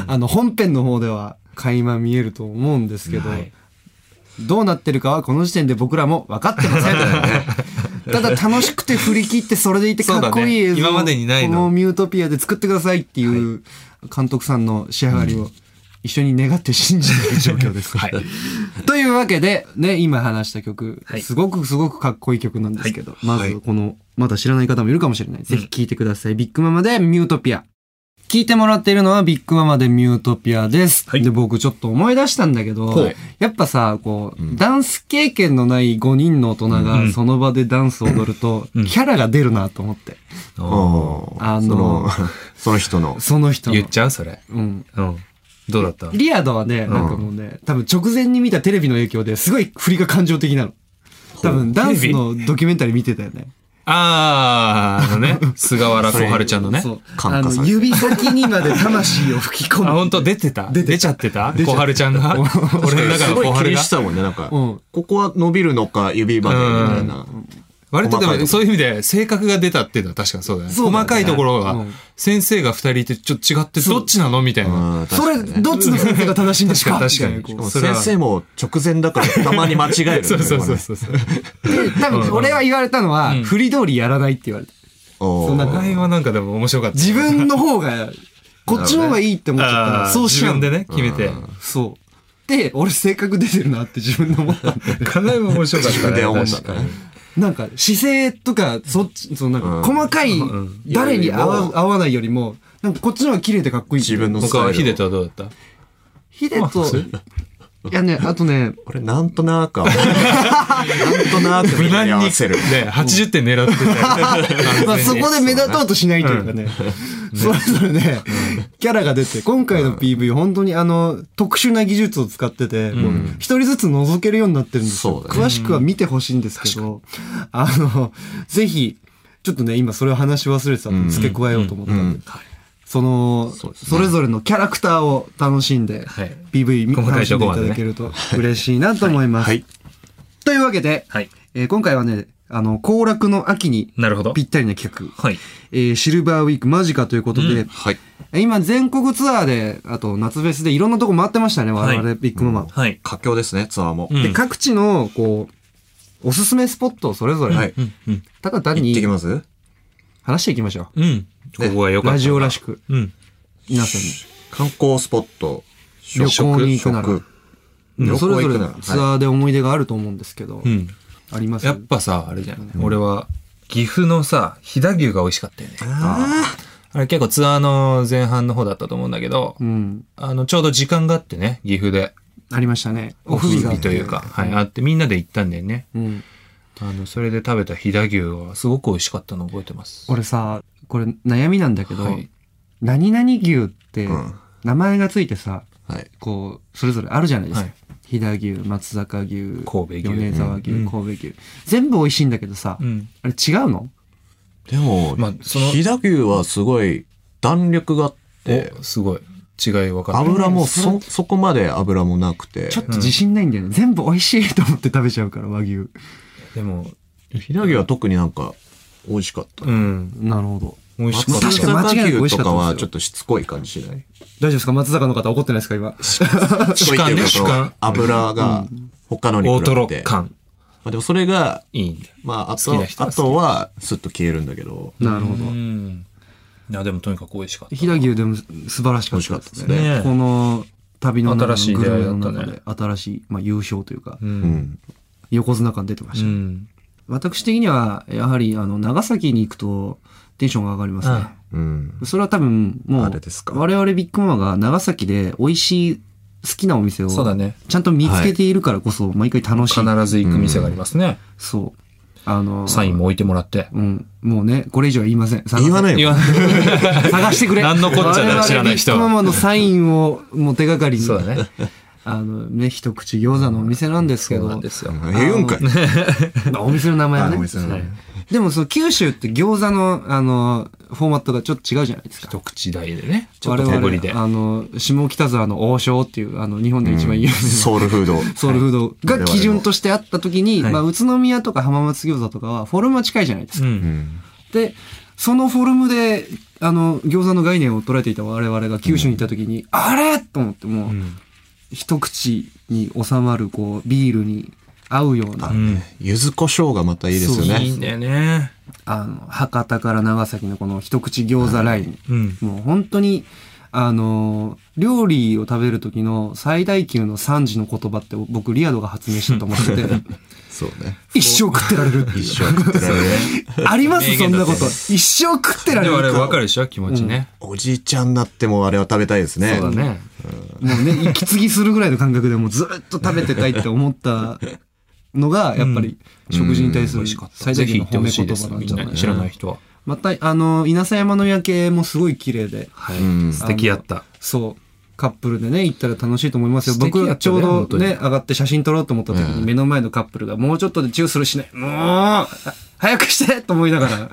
[SPEAKER 6] あの、本編の方では垣間見えると思うんですけど、
[SPEAKER 3] はい
[SPEAKER 6] どうなってるかはこの時点で僕らも分かって ません。ただ楽しくて振り切ってそれでいて
[SPEAKER 3] そ
[SPEAKER 6] か
[SPEAKER 3] うだ
[SPEAKER 6] っ
[SPEAKER 3] ね
[SPEAKER 6] こいい映像を
[SPEAKER 3] 今までにないの
[SPEAKER 6] このミュートピアで作ってくださいっていう監督さんの仕上がりを一緒に願って信じている状況です。
[SPEAKER 3] はい。
[SPEAKER 6] というわけで、ね、今話した曲、
[SPEAKER 3] はい
[SPEAKER 6] すごくすごくかっこいい曲なんですけど、まずこの、まだ知らない方もいるかもしれない。ぜひ聴いてください。ビッグママでミュートピア。聞いてもらっているのはビッグママでミュートピアです。
[SPEAKER 3] はい
[SPEAKER 6] で、僕ちょっと思い出したんだけど、
[SPEAKER 8] はい
[SPEAKER 6] やっぱさ、こう、
[SPEAKER 8] うん
[SPEAKER 6] ダンス経験のない5人の大人
[SPEAKER 3] う
[SPEAKER 6] が
[SPEAKER 3] ん
[SPEAKER 6] その場でダンスを踊ると、
[SPEAKER 3] うん
[SPEAKER 6] キャラが出るなと思って。
[SPEAKER 8] うん
[SPEAKER 6] あの
[SPEAKER 8] その、 その人の。
[SPEAKER 6] その人の。
[SPEAKER 3] 言っちゃうそれ。
[SPEAKER 6] うん。
[SPEAKER 3] うん。どうだった
[SPEAKER 6] リアドはね、なんかもうね、多分直前に見たテレビの影響ですごい振りが感情的なの。多分ダンスのドキュメンタリー見てたよね。
[SPEAKER 3] あー、あのね、菅原小春ちゃんのね。
[SPEAKER 6] そう。あ
[SPEAKER 8] 感化されて
[SPEAKER 6] の、指先にまで魂を吹き込
[SPEAKER 3] あ、
[SPEAKER 6] む。
[SPEAKER 3] 本当出てた出ちゃってた
[SPEAKER 6] 出ちゃ
[SPEAKER 3] 小春ちゃんが俺の中
[SPEAKER 8] す
[SPEAKER 3] の小
[SPEAKER 8] ごい気
[SPEAKER 3] 春
[SPEAKER 8] に
[SPEAKER 3] が
[SPEAKER 8] し。てたもんね、なんか。
[SPEAKER 6] うん。
[SPEAKER 8] ここは伸びるのか、指まで、みたいな。
[SPEAKER 3] 割とで
[SPEAKER 8] 細かい
[SPEAKER 3] もそういう意味で性格が出たっていうのは確かにそうだよね。
[SPEAKER 6] そうだね
[SPEAKER 3] 細かいところ
[SPEAKER 6] う
[SPEAKER 3] が
[SPEAKER 6] ん、
[SPEAKER 3] 先生が二人いてちょっと違ってどっちなのみたいな。
[SPEAKER 8] うん、確
[SPEAKER 6] そ
[SPEAKER 8] か
[SPEAKER 6] れ、
[SPEAKER 8] にね。
[SPEAKER 6] どっちの先生が正しいんです か
[SPEAKER 3] 確かに
[SPEAKER 6] みたいなこ
[SPEAKER 3] それは
[SPEAKER 8] 先生も直前だからたまに間違えるんだよね。
[SPEAKER 3] そうそうそうそう。
[SPEAKER 6] うで多分俺は言われたのは、
[SPEAKER 3] うん
[SPEAKER 6] 振り通りやらないって言われた。
[SPEAKER 8] おー
[SPEAKER 6] そんな
[SPEAKER 3] あれはなんかでも面白かった。
[SPEAKER 6] 自分の方が、こっちの方がいいって思っちゃった
[SPEAKER 3] あ
[SPEAKER 6] ら、
[SPEAKER 3] ー
[SPEAKER 6] そうしちゃうの。
[SPEAKER 3] 自分でね、決めて。
[SPEAKER 6] そう。で、俺性格出てるなって自分で思ったんだよ
[SPEAKER 3] かなり面白かっ
[SPEAKER 8] 自
[SPEAKER 3] た
[SPEAKER 8] 分
[SPEAKER 3] ね。
[SPEAKER 8] で思った
[SPEAKER 3] 確かに
[SPEAKER 6] なんか姿勢とか、そっち、そのなんか
[SPEAKER 8] うん
[SPEAKER 6] 細かい、誰に合
[SPEAKER 8] より
[SPEAKER 6] わ
[SPEAKER 8] も
[SPEAKER 6] 合わないよりも、なんかこっちの方が綺麗でかっこいいっていう。
[SPEAKER 8] 自分のス
[SPEAKER 3] 他
[SPEAKER 8] タ
[SPEAKER 3] は
[SPEAKER 8] イ
[SPEAKER 3] ヒデ
[SPEAKER 8] ル
[SPEAKER 3] と
[SPEAKER 8] を。
[SPEAKER 3] はどうだっ
[SPEAKER 6] ヒデと、いやね、あとね、
[SPEAKER 8] 俺、なんとなく、 なんとなく
[SPEAKER 3] た無難に、
[SPEAKER 8] 合
[SPEAKER 3] ね、
[SPEAKER 8] わせる。
[SPEAKER 3] 80点狙って
[SPEAKER 6] まあそ
[SPEAKER 3] たよ。
[SPEAKER 6] こで目立とうとしないというかね、 それぞれね、キャラが出て、今回の PV、本当にあの、特殊な技術を使ってて、もう一人ずつ覗けるようになってるんですよ。
[SPEAKER 8] そうだね
[SPEAKER 6] 詳しくは見てほしいんですけど、あの、ぜひ、ちょっとね、今それを話し忘れてたんで、付け加えようと思ったんで、その、
[SPEAKER 8] そうですね
[SPEAKER 6] それぞれのキャラクターを楽しんで、
[SPEAKER 3] はい。
[SPEAKER 6] PV
[SPEAKER 3] 細か
[SPEAKER 6] 楽
[SPEAKER 3] い
[SPEAKER 6] しん
[SPEAKER 3] と
[SPEAKER 6] で
[SPEAKER 3] こま
[SPEAKER 6] いた
[SPEAKER 3] でね
[SPEAKER 6] だけると嬉しいなと思います。
[SPEAKER 8] はい。
[SPEAKER 6] というわけで、
[SPEAKER 3] はい。
[SPEAKER 6] えー今回はね、あの、行楽の秋に
[SPEAKER 3] なるほど
[SPEAKER 6] ぴ。ったりな企画、
[SPEAKER 3] はい。
[SPEAKER 6] えーシルバーウィーク間近ということで、
[SPEAKER 8] はい。
[SPEAKER 6] 今全国ツアーで、あと夏フェスでいろんなとこ回ってましたね、我々、
[SPEAKER 3] は
[SPEAKER 6] ビッグママ。
[SPEAKER 3] はい。
[SPEAKER 8] 佳境ですね、ツアーも。
[SPEAKER 3] うん
[SPEAKER 6] で、各地の、こう、おすすめスポットをそれぞれ、
[SPEAKER 8] はい。
[SPEAKER 3] うん。うん。
[SPEAKER 6] ただ単
[SPEAKER 8] 行ってき
[SPEAKER 6] に
[SPEAKER 8] ます
[SPEAKER 6] 話していきましょ
[SPEAKER 3] うん。ここが良
[SPEAKER 6] う。
[SPEAKER 3] かった。
[SPEAKER 6] ラジオらしく、
[SPEAKER 3] うん。
[SPEAKER 6] 皆さんに。
[SPEAKER 8] 観光スポット、
[SPEAKER 6] 旅行に行くなら
[SPEAKER 8] 食
[SPEAKER 6] で
[SPEAKER 8] 旅
[SPEAKER 6] それ
[SPEAKER 8] 行
[SPEAKER 6] ぞ
[SPEAKER 8] 行
[SPEAKER 6] れ
[SPEAKER 8] くなら。
[SPEAKER 6] ツアーで思い出があると思うんですけど、
[SPEAKER 3] うん。
[SPEAKER 6] あります
[SPEAKER 3] やっぱさ、あれじゃん。俺は、岐阜のさ、飛騨牛が美味しかったよね。あれ結構ツアーの前半の方だったと思うんだけど
[SPEAKER 6] う、ん。
[SPEAKER 3] あの、ちょうど時間があってね、岐阜で。
[SPEAKER 6] ありましたね。
[SPEAKER 3] オフ
[SPEAKER 6] があっ
[SPEAKER 3] 日
[SPEAKER 6] て
[SPEAKER 3] というか、はい、あってみんなで行ったんだよね。
[SPEAKER 6] うん。
[SPEAKER 3] あの、それで食べた飛騨牛はすごく美味しかったの覚えてます。
[SPEAKER 6] 俺さ、これ悩みなんだけど、
[SPEAKER 3] はい
[SPEAKER 6] 何々牛って
[SPEAKER 8] ん、
[SPEAKER 6] 名前がついてさ、
[SPEAKER 8] はい。
[SPEAKER 6] こう、それぞれあるじゃないですか。
[SPEAKER 3] はい
[SPEAKER 6] 飛騨牛、松坂
[SPEAKER 3] 神
[SPEAKER 6] 牛、
[SPEAKER 3] 戸牛
[SPEAKER 6] 米沢牛、
[SPEAKER 3] うん
[SPEAKER 6] 神戸牛。全部美味しいんだけどさ、
[SPEAKER 3] うん。
[SPEAKER 6] あれ違うの
[SPEAKER 8] でも、
[SPEAKER 3] まあその
[SPEAKER 8] 飛騨牛はすごい弾力があって、
[SPEAKER 3] お、すごい。違い分かる。
[SPEAKER 8] 油もそ、そこまで油もなくて。
[SPEAKER 6] ちょっと自信ないんだよね。全部美味しいと思って食べちゃうから、和牛。
[SPEAKER 3] でも、
[SPEAKER 8] 飛騨牛は特になんか美味しかった。
[SPEAKER 3] うん。
[SPEAKER 6] なるほど。
[SPEAKER 3] 美味しかっ
[SPEAKER 6] ま
[SPEAKER 3] た。
[SPEAKER 6] あ
[SPEAKER 8] 松
[SPEAKER 6] 確かに
[SPEAKER 8] 阪
[SPEAKER 6] 間違いなく美味
[SPEAKER 8] 牛
[SPEAKER 6] しか
[SPEAKER 8] と
[SPEAKER 6] ったですよ
[SPEAKER 8] かはちょっとしつこい感じしない。
[SPEAKER 6] 大丈夫ですか松坂の方怒ってないですか今。
[SPEAKER 8] しつこいっていうか
[SPEAKER 3] 主
[SPEAKER 8] そ
[SPEAKER 3] 観ね
[SPEAKER 8] の油が他のに
[SPEAKER 3] 大
[SPEAKER 8] 比
[SPEAKER 3] ト
[SPEAKER 8] べ
[SPEAKER 3] ロ
[SPEAKER 8] て。ま
[SPEAKER 3] 感。
[SPEAKER 8] あでもそれが、
[SPEAKER 3] いいんだ。
[SPEAKER 8] まあ
[SPEAKER 3] 好
[SPEAKER 8] あ
[SPEAKER 3] き
[SPEAKER 8] と
[SPEAKER 3] な、人は
[SPEAKER 8] あ
[SPEAKER 3] 好き
[SPEAKER 8] とはスッと消えるんだけど。
[SPEAKER 6] なるほど。
[SPEAKER 3] うん。いや、でもとにかく美味しかった。
[SPEAKER 6] 飛騨牛でも素晴らしかったですね。
[SPEAKER 3] 美味しかったですね
[SPEAKER 6] この旅の
[SPEAKER 3] 新
[SPEAKER 6] 中
[SPEAKER 3] しい
[SPEAKER 6] のグ
[SPEAKER 3] 出会
[SPEAKER 6] ル
[SPEAKER 3] い
[SPEAKER 6] メ
[SPEAKER 3] だ
[SPEAKER 6] の
[SPEAKER 3] ったね
[SPEAKER 6] 中で新しい、まあ、優勝というか、
[SPEAKER 3] う。
[SPEAKER 8] うんん。
[SPEAKER 6] 横綱感出てま
[SPEAKER 3] う
[SPEAKER 6] したね、
[SPEAKER 3] ん。
[SPEAKER 6] 私的には、やはり、あの、長崎に行くとテンションが上がりますね。
[SPEAKER 3] は
[SPEAKER 8] うん。
[SPEAKER 6] それは多分、もう、
[SPEAKER 8] あれですか
[SPEAKER 6] 我々ビッグママが長崎で美味しい、好きなお店を、
[SPEAKER 3] そうだね
[SPEAKER 6] ちゃんと見つけているからこそ、毎回楽しい。
[SPEAKER 3] 必ず行く店がありますね。
[SPEAKER 6] そう。あの、
[SPEAKER 3] サインも置いてもらって。
[SPEAKER 6] うん。もうね、これ以上は言いません。探せ
[SPEAKER 8] 言わない
[SPEAKER 3] い
[SPEAKER 8] よ。
[SPEAKER 3] や、
[SPEAKER 6] 探してくれ。
[SPEAKER 3] 何のこっちゃだ知らない人は
[SPEAKER 6] 我々ビッグママのサインを、もう手がかりに。
[SPEAKER 3] そうだね。
[SPEAKER 6] あのね、一口餃子のお店なんですけ
[SPEAKER 3] そう
[SPEAKER 6] ど、
[SPEAKER 3] なんですよ。
[SPEAKER 8] えうんかい。
[SPEAKER 6] まあお店の名前は
[SPEAKER 8] あ、ごめん
[SPEAKER 6] ね
[SPEAKER 8] な。さい。
[SPEAKER 6] でもその九州って餃子の、あの、フォーマットがちょっと違うじゃないですか。
[SPEAKER 3] 一口大でね。ちょっ
[SPEAKER 6] 我
[SPEAKER 3] と
[SPEAKER 6] 々
[SPEAKER 3] 小ぶりで。
[SPEAKER 6] あの、下北沢の王将っていう、あの、日本で一番有名な、
[SPEAKER 8] ソウルフード。
[SPEAKER 6] ソウルフードが基準としてあった時に、
[SPEAKER 3] はい
[SPEAKER 6] まあ、宇都宮とか浜松餃子とかはフォルムは近いじゃないです
[SPEAKER 3] う。
[SPEAKER 6] か。
[SPEAKER 8] うんん。
[SPEAKER 6] で、そのフォルムで、あの、餃子の概念を捉えていた我々が九州に行った時に、あれと思ってもう、
[SPEAKER 3] うん
[SPEAKER 6] 一口に収まる、こう、ビールに合うような
[SPEAKER 8] あ、柚子胡椒がまたいいですよ
[SPEAKER 3] いい
[SPEAKER 8] ね。
[SPEAKER 3] んだよね。
[SPEAKER 6] あの、博多から長崎のこの一口餃子ライン。
[SPEAKER 3] うん。
[SPEAKER 6] もう本当に、あの、料理を食べる時の最大級の惨事の言葉って僕リアドが発明したと 思ってて、
[SPEAKER 8] そうね。
[SPEAKER 6] 一生食ってられるっていう。
[SPEAKER 8] 一生食ってられる。
[SPEAKER 6] あります
[SPEAKER 3] 名
[SPEAKER 6] そ
[SPEAKER 3] 言
[SPEAKER 6] ん
[SPEAKER 3] だ
[SPEAKER 6] な
[SPEAKER 3] った
[SPEAKER 6] こと。
[SPEAKER 3] ね
[SPEAKER 6] 一生食ってられ
[SPEAKER 3] で
[SPEAKER 6] る
[SPEAKER 3] も
[SPEAKER 6] か
[SPEAKER 3] あれ分かるでしょ気持ちね。
[SPEAKER 8] おじいちゃんになってもあれは食べたいですね。
[SPEAKER 3] そうだね。
[SPEAKER 6] もうね、息継ぎするぐらいの感覚でもうずっと食べてたいって思ったのが、やっぱり食事に対す
[SPEAKER 3] 美
[SPEAKER 6] る
[SPEAKER 3] 味しかった。
[SPEAKER 6] 最大
[SPEAKER 3] ぜ
[SPEAKER 6] 級
[SPEAKER 3] ひ
[SPEAKER 6] の
[SPEAKER 3] 行って
[SPEAKER 6] 褒
[SPEAKER 3] ほ
[SPEAKER 6] め
[SPEAKER 3] しい
[SPEAKER 6] 言
[SPEAKER 3] です。
[SPEAKER 6] 葉なん
[SPEAKER 3] み
[SPEAKER 6] じ
[SPEAKER 3] ん
[SPEAKER 6] ゃ
[SPEAKER 3] な
[SPEAKER 6] ない
[SPEAKER 3] に知らない人は。
[SPEAKER 6] また、あの、稲佐山の夜景もすごい綺麗で、
[SPEAKER 3] はい
[SPEAKER 8] うん
[SPEAKER 3] 素敵やった。
[SPEAKER 6] そう。カップルでね、行ったら楽しいと思いますよ。
[SPEAKER 3] 素敵
[SPEAKER 6] 僕
[SPEAKER 3] や
[SPEAKER 6] は
[SPEAKER 3] っ
[SPEAKER 6] ち
[SPEAKER 3] たね
[SPEAKER 6] ょう
[SPEAKER 3] 本
[SPEAKER 6] ど
[SPEAKER 3] 当に
[SPEAKER 6] ね、上がって写真撮ろうと思った時に、目の前のカップルがもうちょっとでチューするしね、もう、あ早くしてと思いながら、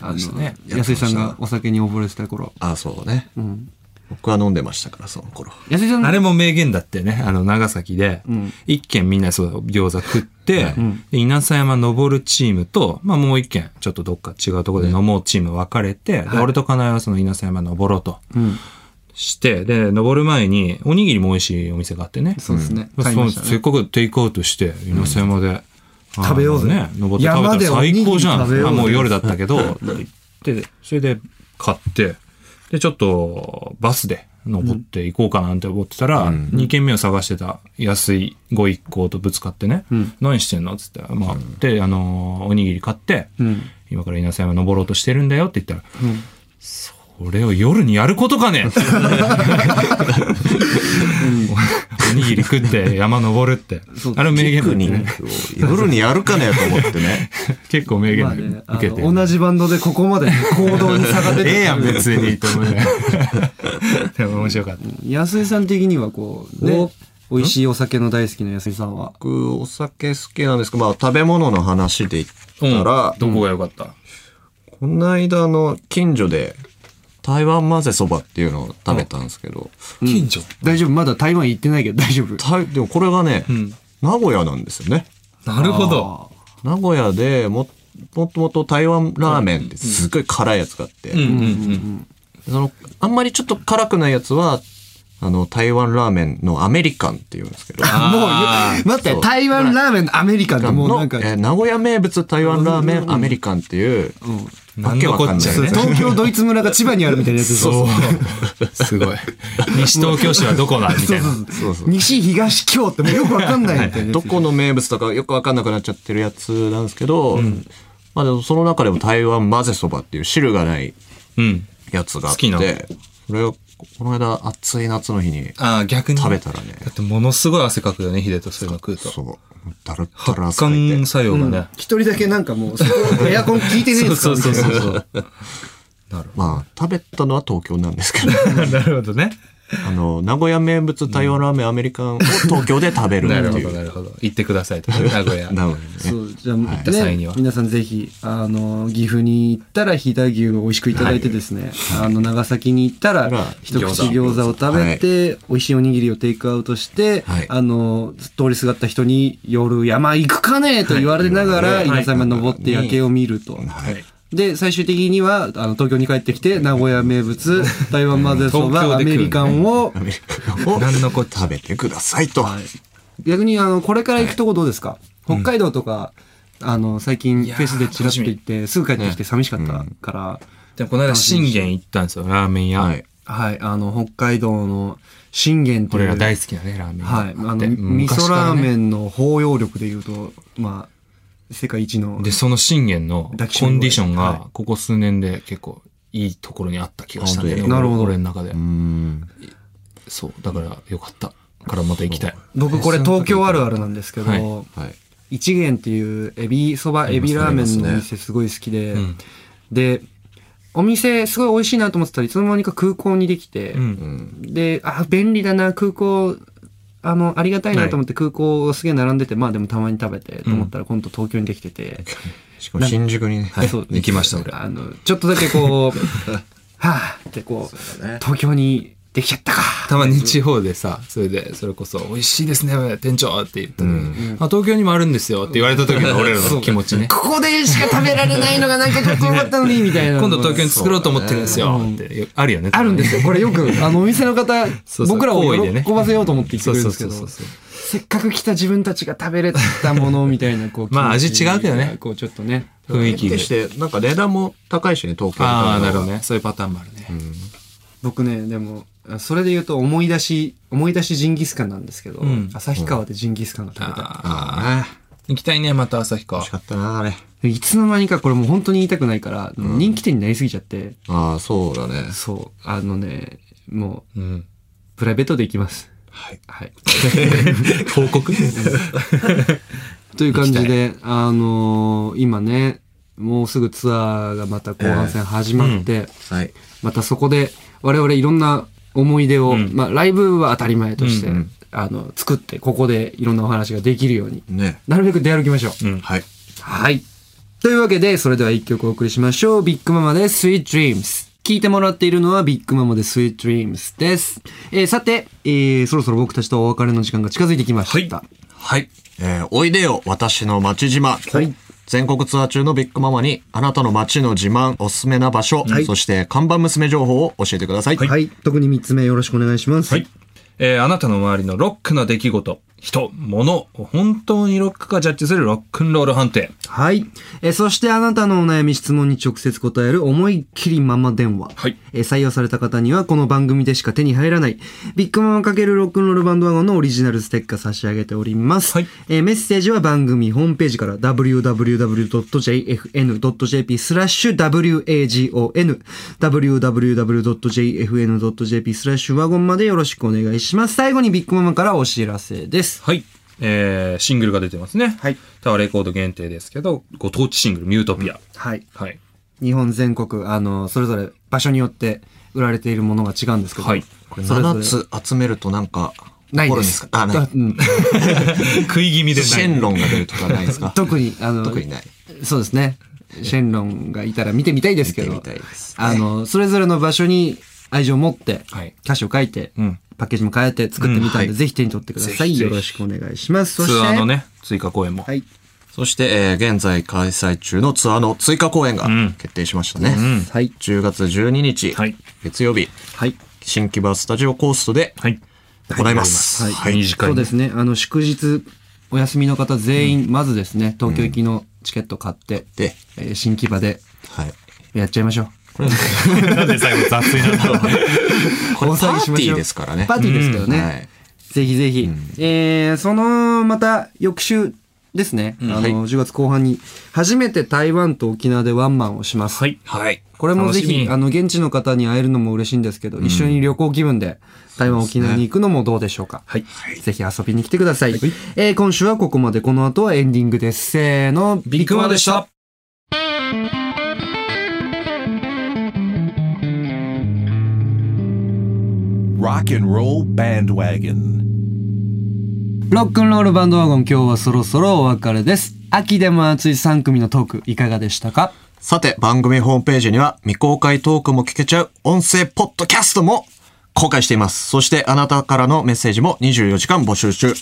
[SPEAKER 6] あの、
[SPEAKER 3] ね
[SPEAKER 6] 安井さんがお酒に溺れてた頃。
[SPEAKER 8] あ、そうね。
[SPEAKER 6] うん。
[SPEAKER 8] 僕は飲んでましたから、その頃。
[SPEAKER 6] 安井さん、
[SPEAKER 3] あれも名言だってね、あの、長崎で
[SPEAKER 6] ん、
[SPEAKER 3] 一軒みんなそう、餃子食って
[SPEAKER 6] ん、
[SPEAKER 3] で稲佐山登るチームと、まあもう一軒、ちょっとどっか違うところで飲もうチーム分かれて、で俺と金井はその稲佐山登ろうと
[SPEAKER 6] うん。
[SPEAKER 3] して、で、登る前に、おにぎりも美味しいお店があってね。
[SPEAKER 6] そうですね。
[SPEAKER 3] まあ
[SPEAKER 6] 買い
[SPEAKER 3] そ
[SPEAKER 6] ま
[SPEAKER 3] う
[SPEAKER 6] した
[SPEAKER 3] せっ
[SPEAKER 6] ね。
[SPEAKER 3] かくテイクアウトして、稲佐山で。あ
[SPEAKER 6] 食べようぜ
[SPEAKER 3] のね、登って食
[SPEAKER 6] 山
[SPEAKER 3] べ
[SPEAKER 6] で
[SPEAKER 3] た
[SPEAKER 6] お
[SPEAKER 3] ら
[SPEAKER 6] に
[SPEAKER 3] 最
[SPEAKER 6] ぎり
[SPEAKER 3] 高じゃん。
[SPEAKER 6] 食べようぜ
[SPEAKER 3] あもう夜だったけど、って言って、それで買って、で、ちょっとバスで登っていこうかなんて思ってたら、2軒目を探してた安いご一行とぶつかってね、何してんのっつって、まあ、で、あのー、おにぎり買って、
[SPEAKER 6] うん。
[SPEAKER 3] 今から稲佐山登ろうとしてるんだよって言ったら、それを夜にやることか ねおにぎり食って山登るって
[SPEAKER 6] そう。
[SPEAKER 3] あれ名言
[SPEAKER 8] ピクニ
[SPEAKER 3] なんでね。
[SPEAKER 8] ックを夜にやるかねと思っ てね。
[SPEAKER 3] 結構名言
[SPEAKER 6] まあ
[SPEAKER 3] なんで
[SPEAKER 6] ね、あ
[SPEAKER 3] 受けてる。
[SPEAKER 6] の、同じバンドでここまで行動に差が出 て
[SPEAKER 3] ええやん、
[SPEAKER 6] る
[SPEAKER 3] 別に。と思うね でも面白かった。
[SPEAKER 6] 安井さん的にはこう、ね、美味しいお酒の大好きな安井さんは、
[SPEAKER 8] 僕、お酒好きなんですけど、まあ、食べ物の話で言ったら、
[SPEAKER 3] どこが良かった
[SPEAKER 8] この間の近所で、台湾混ぜそばっていうのを食べたんですけど、
[SPEAKER 6] 近所大丈夫、まだ台湾行ってないけど大丈夫。
[SPEAKER 8] 台でもこれがね、
[SPEAKER 3] ん
[SPEAKER 8] 名古屋なんですよね。
[SPEAKER 3] なるほど。
[SPEAKER 8] 名古屋でも、もともと台湾ラーメンってすっごい辛いやつがあって、
[SPEAKER 3] うんうん
[SPEAKER 8] その、あんまりちょっと辛くないやつは、あの、台湾ラーメンのアメリカンっていうんですけど、
[SPEAKER 3] あ
[SPEAKER 6] 待って、
[SPEAKER 8] そう
[SPEAKER 6] 台湾ラーメンのアメリカンってもう
[SPEAKER 8] の
[SPEAKER 6] なんか、
[SPEAKER 8] えー名古屋名物台湾ラーメンアメリカンっていう、
[SPEAKER 3] ー
[SPEAKER 8] わけわか
[SPEAKER 3] なんのこっ
[SPEAKER 8] んないね
[SPEAKER 3] ちゃね
[SPEAKER 6] 東京ドイツ村が千葉にあるみたいなやつでしょ
[SPEAKER 3] そう。すごい。西東京市はどこだみたいな。
[SPEAKER 8] そうそう
[SPEAKER 6] 西東京ってもうよくわかんないみ たいなやつ。
[SPEAKER 8] どこの名物とかよくわかんなくなっちゃってるやつなんですけど、まあでもその中でも台湾混ぜそばっていう汁がない
[SPEAKER 3] うん。
[SPEAKER 8] やつがあっ
[SPEAKER 3] 好きなの
[SPEAKER 8] て、それをこの間暑い夏の日に
[SPEAKER 3] ああ、逆に。
[SPEAKER 8] 食べたらね、
[SPEAKER 3] だってものすごい汗かくよね、ヒデとそういうの食うと。
[SPEAKER 8] そう、だるった
[SPEAKER 3] 発
[SPEAKER 8] ら汗かい
[SPEAKER 3] 汗
[SPEAKER 8] て、
[SPEAKER 3] 作用がね。
[SPEAKER 6] 一人だけなんかもう、そこエアコン効いてねえん
[SPEAKER 3] そう
[SPEAKER 6] です
[SPEAKER 3] そ
[SPEAKER 6] か
[SPEAKER 3] うそうそう。
[SPEAKER 8] まあ食べたのは東京なんですけど、
[SPEAKER 3] なるほどね。
[SPEAKER 8] あの、名古屋名物台湾ラーメンアメリカンを東京で食べるっ て
[SPEAKER 3] なるほ
[SPEAKER 8] い
[SPEAKER 3] ど、
[SPEAKER 8] う。
[SPEAKER 3] なるほど。行ってくださいと。 名古屋。
[SPEAKER 8] 名古屋ね。
[SPEAKER 6] そう、じゃあ、
[SPEAKER 3] った際に
[SPEAKER 6] ね
[SPEAKER 3] は、
[SPEAKER 6] 皆さんぜひ、あの、岐阜に行ったら、飛騨牛を美味しくいただいてですね、あの、長崎に行ったら
[SPEAKER 8] はい、
[SPEAKER 6] 一口
[SPEAKER 8] 餃子
[SPEAKER 6] 餃子を食べて、美味しいおにぎりをテイクアウトして、
[SPEAKER 8] はい
[SPEAKER 6] あの、通りすがった人に、夜山行くかねと言われながら、
[SPEAKER 8] はい
[SPEAKER 6] 稲妻に登って夜景を見ると。で、最終的には、あの、東京に帰ってきて、名古屋名物、台湾混ぜそ
[SPEAKER 3] 東
[SPEAKER 6] ば、
[SPEAKER 3] 京
[SPEAKER 6] ア
[SPEAKER 3] で食うね
[SPEAKER 6] メリカンを、
[SPEAKER 8] アメリカンを食べてくださいと。
[SPEAKER 6] 逆にあのこれから行くとこどうですか、北海道とか、あの最近フェスでチラッと行ってすぐ帰ってきて寂しかったから、
[SPEAKER 3] でもこの間、信玄行ったんですよ、ラーメン屋。
[SPEAKER 8] はい。
[SPEAKER 6] はいあの北海道の信玄とい
[SPEAKER 3] 俺ら
[SPEAKER 6] う
[SPEAKER 3] 大好きなね、ラーメン屋。
[SPEAKER 6] はいあの
[SPEAKER 3] でうん
[SPEAKER 6] 味噌
[SPEAKER 3] 昔から
[SPEAKER 6] ラー
[SPEAKER 3] ね
[SPEAKER 6] メンの包容力でいうとまあ世界一の
[SPEAKER 3] で、その信玄の
[SPEAKER 6] 抱きしめ
[SPEAKER 3] コ
[SPEAKER 6] る
[SPEAKER 3] ンディション
[SPEAKER 6] は
[SPEAKER 3] が、ここ数年で結構いいところにあった気がしたんだよね。
[SPEAKER 8] 本
[SPEAKER 6] 当になるほど
[SPEAKER 3] 俺の中で
[SPEAKER 8] う。ん。
[SPEAKER 3] そう。だから、よかった。からまた行きたい。
[SPEAKER 6] 僕これ東京あるあるなんですけど、
[SPEAKER 3] はい
[SPEAKER 8] はい。
[SPEAKER 6] 一元っていうエビそばエビラーメンのお店すごい好きで、
[SPEAKER 3] うん
[SPEAKER 6] でお店すごい美味しいなと思ってたらいつの間にか空港にできて、
[SPEAKER 3] うん。
[SPEAKER 6] で、あ、便利だな、空港、あの、ありがたいなと思って空港すげえ並んでて、まあでもたまに食べて、と思ったら今度東京にできてて、
[SPEAKER 8] しかも新宿にね。
[SPEAKER 6] そう
[SPEAKER 3] 行きました、俺。
[SPEAKER 6] あの、ちょっとだけこう、 はぁってこう、東京にできちゃったか。
[SPEAKER 3] たまに地方でさ、それで、それこそ、美味しいですね、店長って言った時に、あ、東京にもあるんですよって言われた時の俺らの気持ちね。
[SPEAKER 6] ここでしか食べられないのがなんかかっこよかったのに、みたいな。
[SPEAKER 3] 今度東京に作ろうと思ってるんですよって、あるよね。
[SPEAKER 6] あるんですよ。これよく、 あの、お店の方、
[SPEAKER 3] そうそう
[SPEAKER 6] 僕らを
[SPEAKER 3] 好意でね
[SPEAKER 6] 喜ばせようと思って言ってくれるんですけど、
[SPEAKER 3] そうそうそう
[SPEAKER 6] せっかく来た自分たちが食べれたものみたいな、こ う、
[SPEAKER 3] まあ味違うけどね
[SPEAKER 6] こう、ちょっとね。
[SPEAKER 3] 雰囲気で
[SPEAKER 8] 決。して、なんか値段も高いしね、東京
[SPEAKER 3] ああ、なるほどね。そういうパターンもあるね。
[SPEAKER 6] 僕ねでもあそれで言うと思い出し思い出しジンギスカンなんですけど、
[SPEAKER 3] ん
[SPEAKER 6] 旭川でジンギスカンが食べたい、
[SPEAKER 3] ああ。行きたいね、また旭川
[SPEAKER 8] 欲し。かったな、あれ。
[SPEAKER 6] いつの間にかこれもう本当に言いたくないから、人気店になりすぎちゃって
[SPEAKER 8] ああ、そうだね。
[SPEAKER 6] そうあのねもう
[SPEAKER 3] うん。
[SPEAKER 6] プライベートで行きます
[SPEAKER 8] はい。
[SPEAKER 6] はい
[SPEAKER 3] 報告
[SPEAKER 6] という感じであのー今ねもうすぐツアーがまた後半戦始まって、
[SPEAKER 8] はい。
[SPEAKER 6] またそこで我々いろんな思い出を、まあライブは当たり前として、あの作ってここでいろんなお話ができるように
[SPEAKER 8] ね。
[SPEAKER 6] なるべく出歩きましょう、
[SPEAKER 8] はい。
[SPEAKER 6] はい。というわけで、それでは一曲お送りしましょう。ビッグママで Sweet Dreams。聞いてもらっているのはビッグママで Sweet Dreams です。えーさて、えーそろそろ僕たちとお別れの時間が近づいてきました。
[SPEAKER 8] はい。えーおいでよ、私の町島。全国ツアー中のビッグママに、あなたの町の自慢、おすすめな場所、そして看板娘情報を教えてください。
[SPEAKER 6] はい。特に3つ目よろしくお願いします。
[SPEAKER 3] はい。えーあなたの周りのロックな出来事、人、物を本当にロックかジャッジするロックンロール判定。
[SPEAKER 6] はい。えーそしてあなたのお悩み質問に直接答える思いっきりママ電話。
[SPEAKER 3] はい
[SPEAKER 6] えー採用された方にはこの番組でしか手に入らない、ビッグママ×ロックンロールバンドワゴンのオリジナルステッカー差し上げております。
[SPEAKER 3] はい
[SPEAKER 6] えーメッセージは番組ホームページから www.jfn.jp スラッシュ wagon www.jfn.jp スラッシュワゴンまでよろしくお願いします。最後にビッグママからお知らせです。
[SPEAKER 3] はい。えーシングルが出てますね。
[SPEAKER 6] はい。
[SPEAKER 3] タワーレコード限定ですけど、ご当地シングル、ミュートピア。
[SPEAKER 6] はい。
[SPEAKER 3] はい。
[SPEAKER 6] 日本全国、あの、それぞれ場所によって売られているものが違うんですけど。
[SPEAKER 3] はい。
[SPEAKER 8] これ7つ集めるとなんか、
[SPEAKER 6] ない
[SPEAKER 8] 怒る
[SPEAKER 6] で
[SPEAKER 8] ん
[SPEAKER 6] す。
[SPEAKER 8] かあ、ない。
[SPEAKER 6] うん
[SPEAKER 3] 食い気味で
[SPEAKER 8] シェンロンが出るとかないで すか
[SPEAKER 6] 特に、あの、
[SPEAKER 8] 特にない。
[SPEAKER 6] そうですね。シェンロンがいたら見てみたいですけど、
[SPEAKER 8] 見てみたいですね
[SPEAKER 6] あの、それぞれの場所に愛情を持って、
[SPEAKER 3] はい
[SPEAKER 6] 歌詞を書いて、
[SPEAKER 3] ん
[SPEAKER 6] パッケージも変えて作ってみたんで、
[SPEAKER 8] うんはい
[SPEAKER 6] ぜひ手に取ってくださ
[SPEAKER 3] ぜ
[SPEAKER 6] い。
[SPEAKER 3] ひぜひ
[SPEAKER 6] よろしくお願いします。そ
[SPEAKER 3] ツ
[SPEAKER 6] して、
[SPEAKER 3] アーのね、追加公演も。
[SPEAKER 6] はい。
[SPEAKER 8] そして、えー現在開催中のツアーの追加公演が決定しましたね。
[SPEAKER 6] はい。
[SPEAKER 8] 10月12日、
[SPEAKER 3] はい
[SPEAKER 8] 月曜日、
[SPEAKER 6] はい。
[SPEAKER 8] 新木場スタジオコーストで
[SPEAKER 3] はい。
[SPEAKER 8] 行います。
[SPEAKER 6] はい
[SPEAKER 3] はい。短い。
[SPEAKER 6] そうですね。あの、祝日、お休みの方全員、まずですね、東京行きのチケット買って、
[SPEAKER 8] で、
[SPEAKER 6] えー新木場で
[SPEAKER 8] はい。
[SPEAKER 6] やっちゃいましょう。
[SPEAKER 3] なんで最後雑になったの
[SPEAKER 8] これ
[SPEAKER 6] 大
[SPEAKER 8] パ
[SPEAKER 6] 騒ぎしましょ
[SPEAKER 8] ーティー
[SPEAKER 6] う
[SPEAKER 8] ですからね。
[SPEAKER 6] パーティーですけどね。
[SPEAKER 8] はい
[SPEAKER 6] ぜひぜひ。えー、その、また、翌週ですね。あの、
[SPEAKER 8] はい
[SPEAKER 6] 10月後半に、初めて台湾と沖縄でワンマンをします。
[SPEAKER 3] はい。
[SPEAKER 8] はい。
[SPEAKER 6] これもぜ
[SPEAKER 3] 楽し
[SPEAKER 6] ひ、
[SPEAKER 3] み
[SPEAKER 6] あの、現地の方に会えるのも嬉しいんですけど、一緒に旅行気分で、台湾、沖縄に行くのもどうでしょうか。はい。ぜひ遊びに来てください。えー、今週はここまで。この後はエンディングです。せーの、
[SPEAKER 3] ビッグマンでした。
[SPEAKER 1] rock and roll bandwagon.
[SPEAKER 9] ロックンロールバンドワゴン今日はそろそろお別れです。秋でも熱い3組のトークいかがでしたか
[SPEAKER 8] さて、番組ホームページには未公開トークも聞けちゃう音声ポッドキャストも公開しています。そしてあなたからのメッセージも24時間募集中。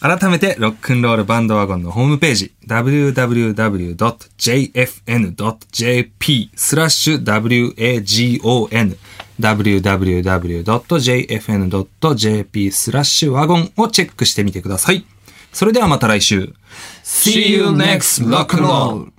[SPEAKER 3] 改めて、ロックンロールバンドワゴンのホームページ、www.jfn.jp スラッシュ wagon、www.jfn.jp スラッシュワゴンをチェックしてみてください。それではまた来週。See you next rock and roll!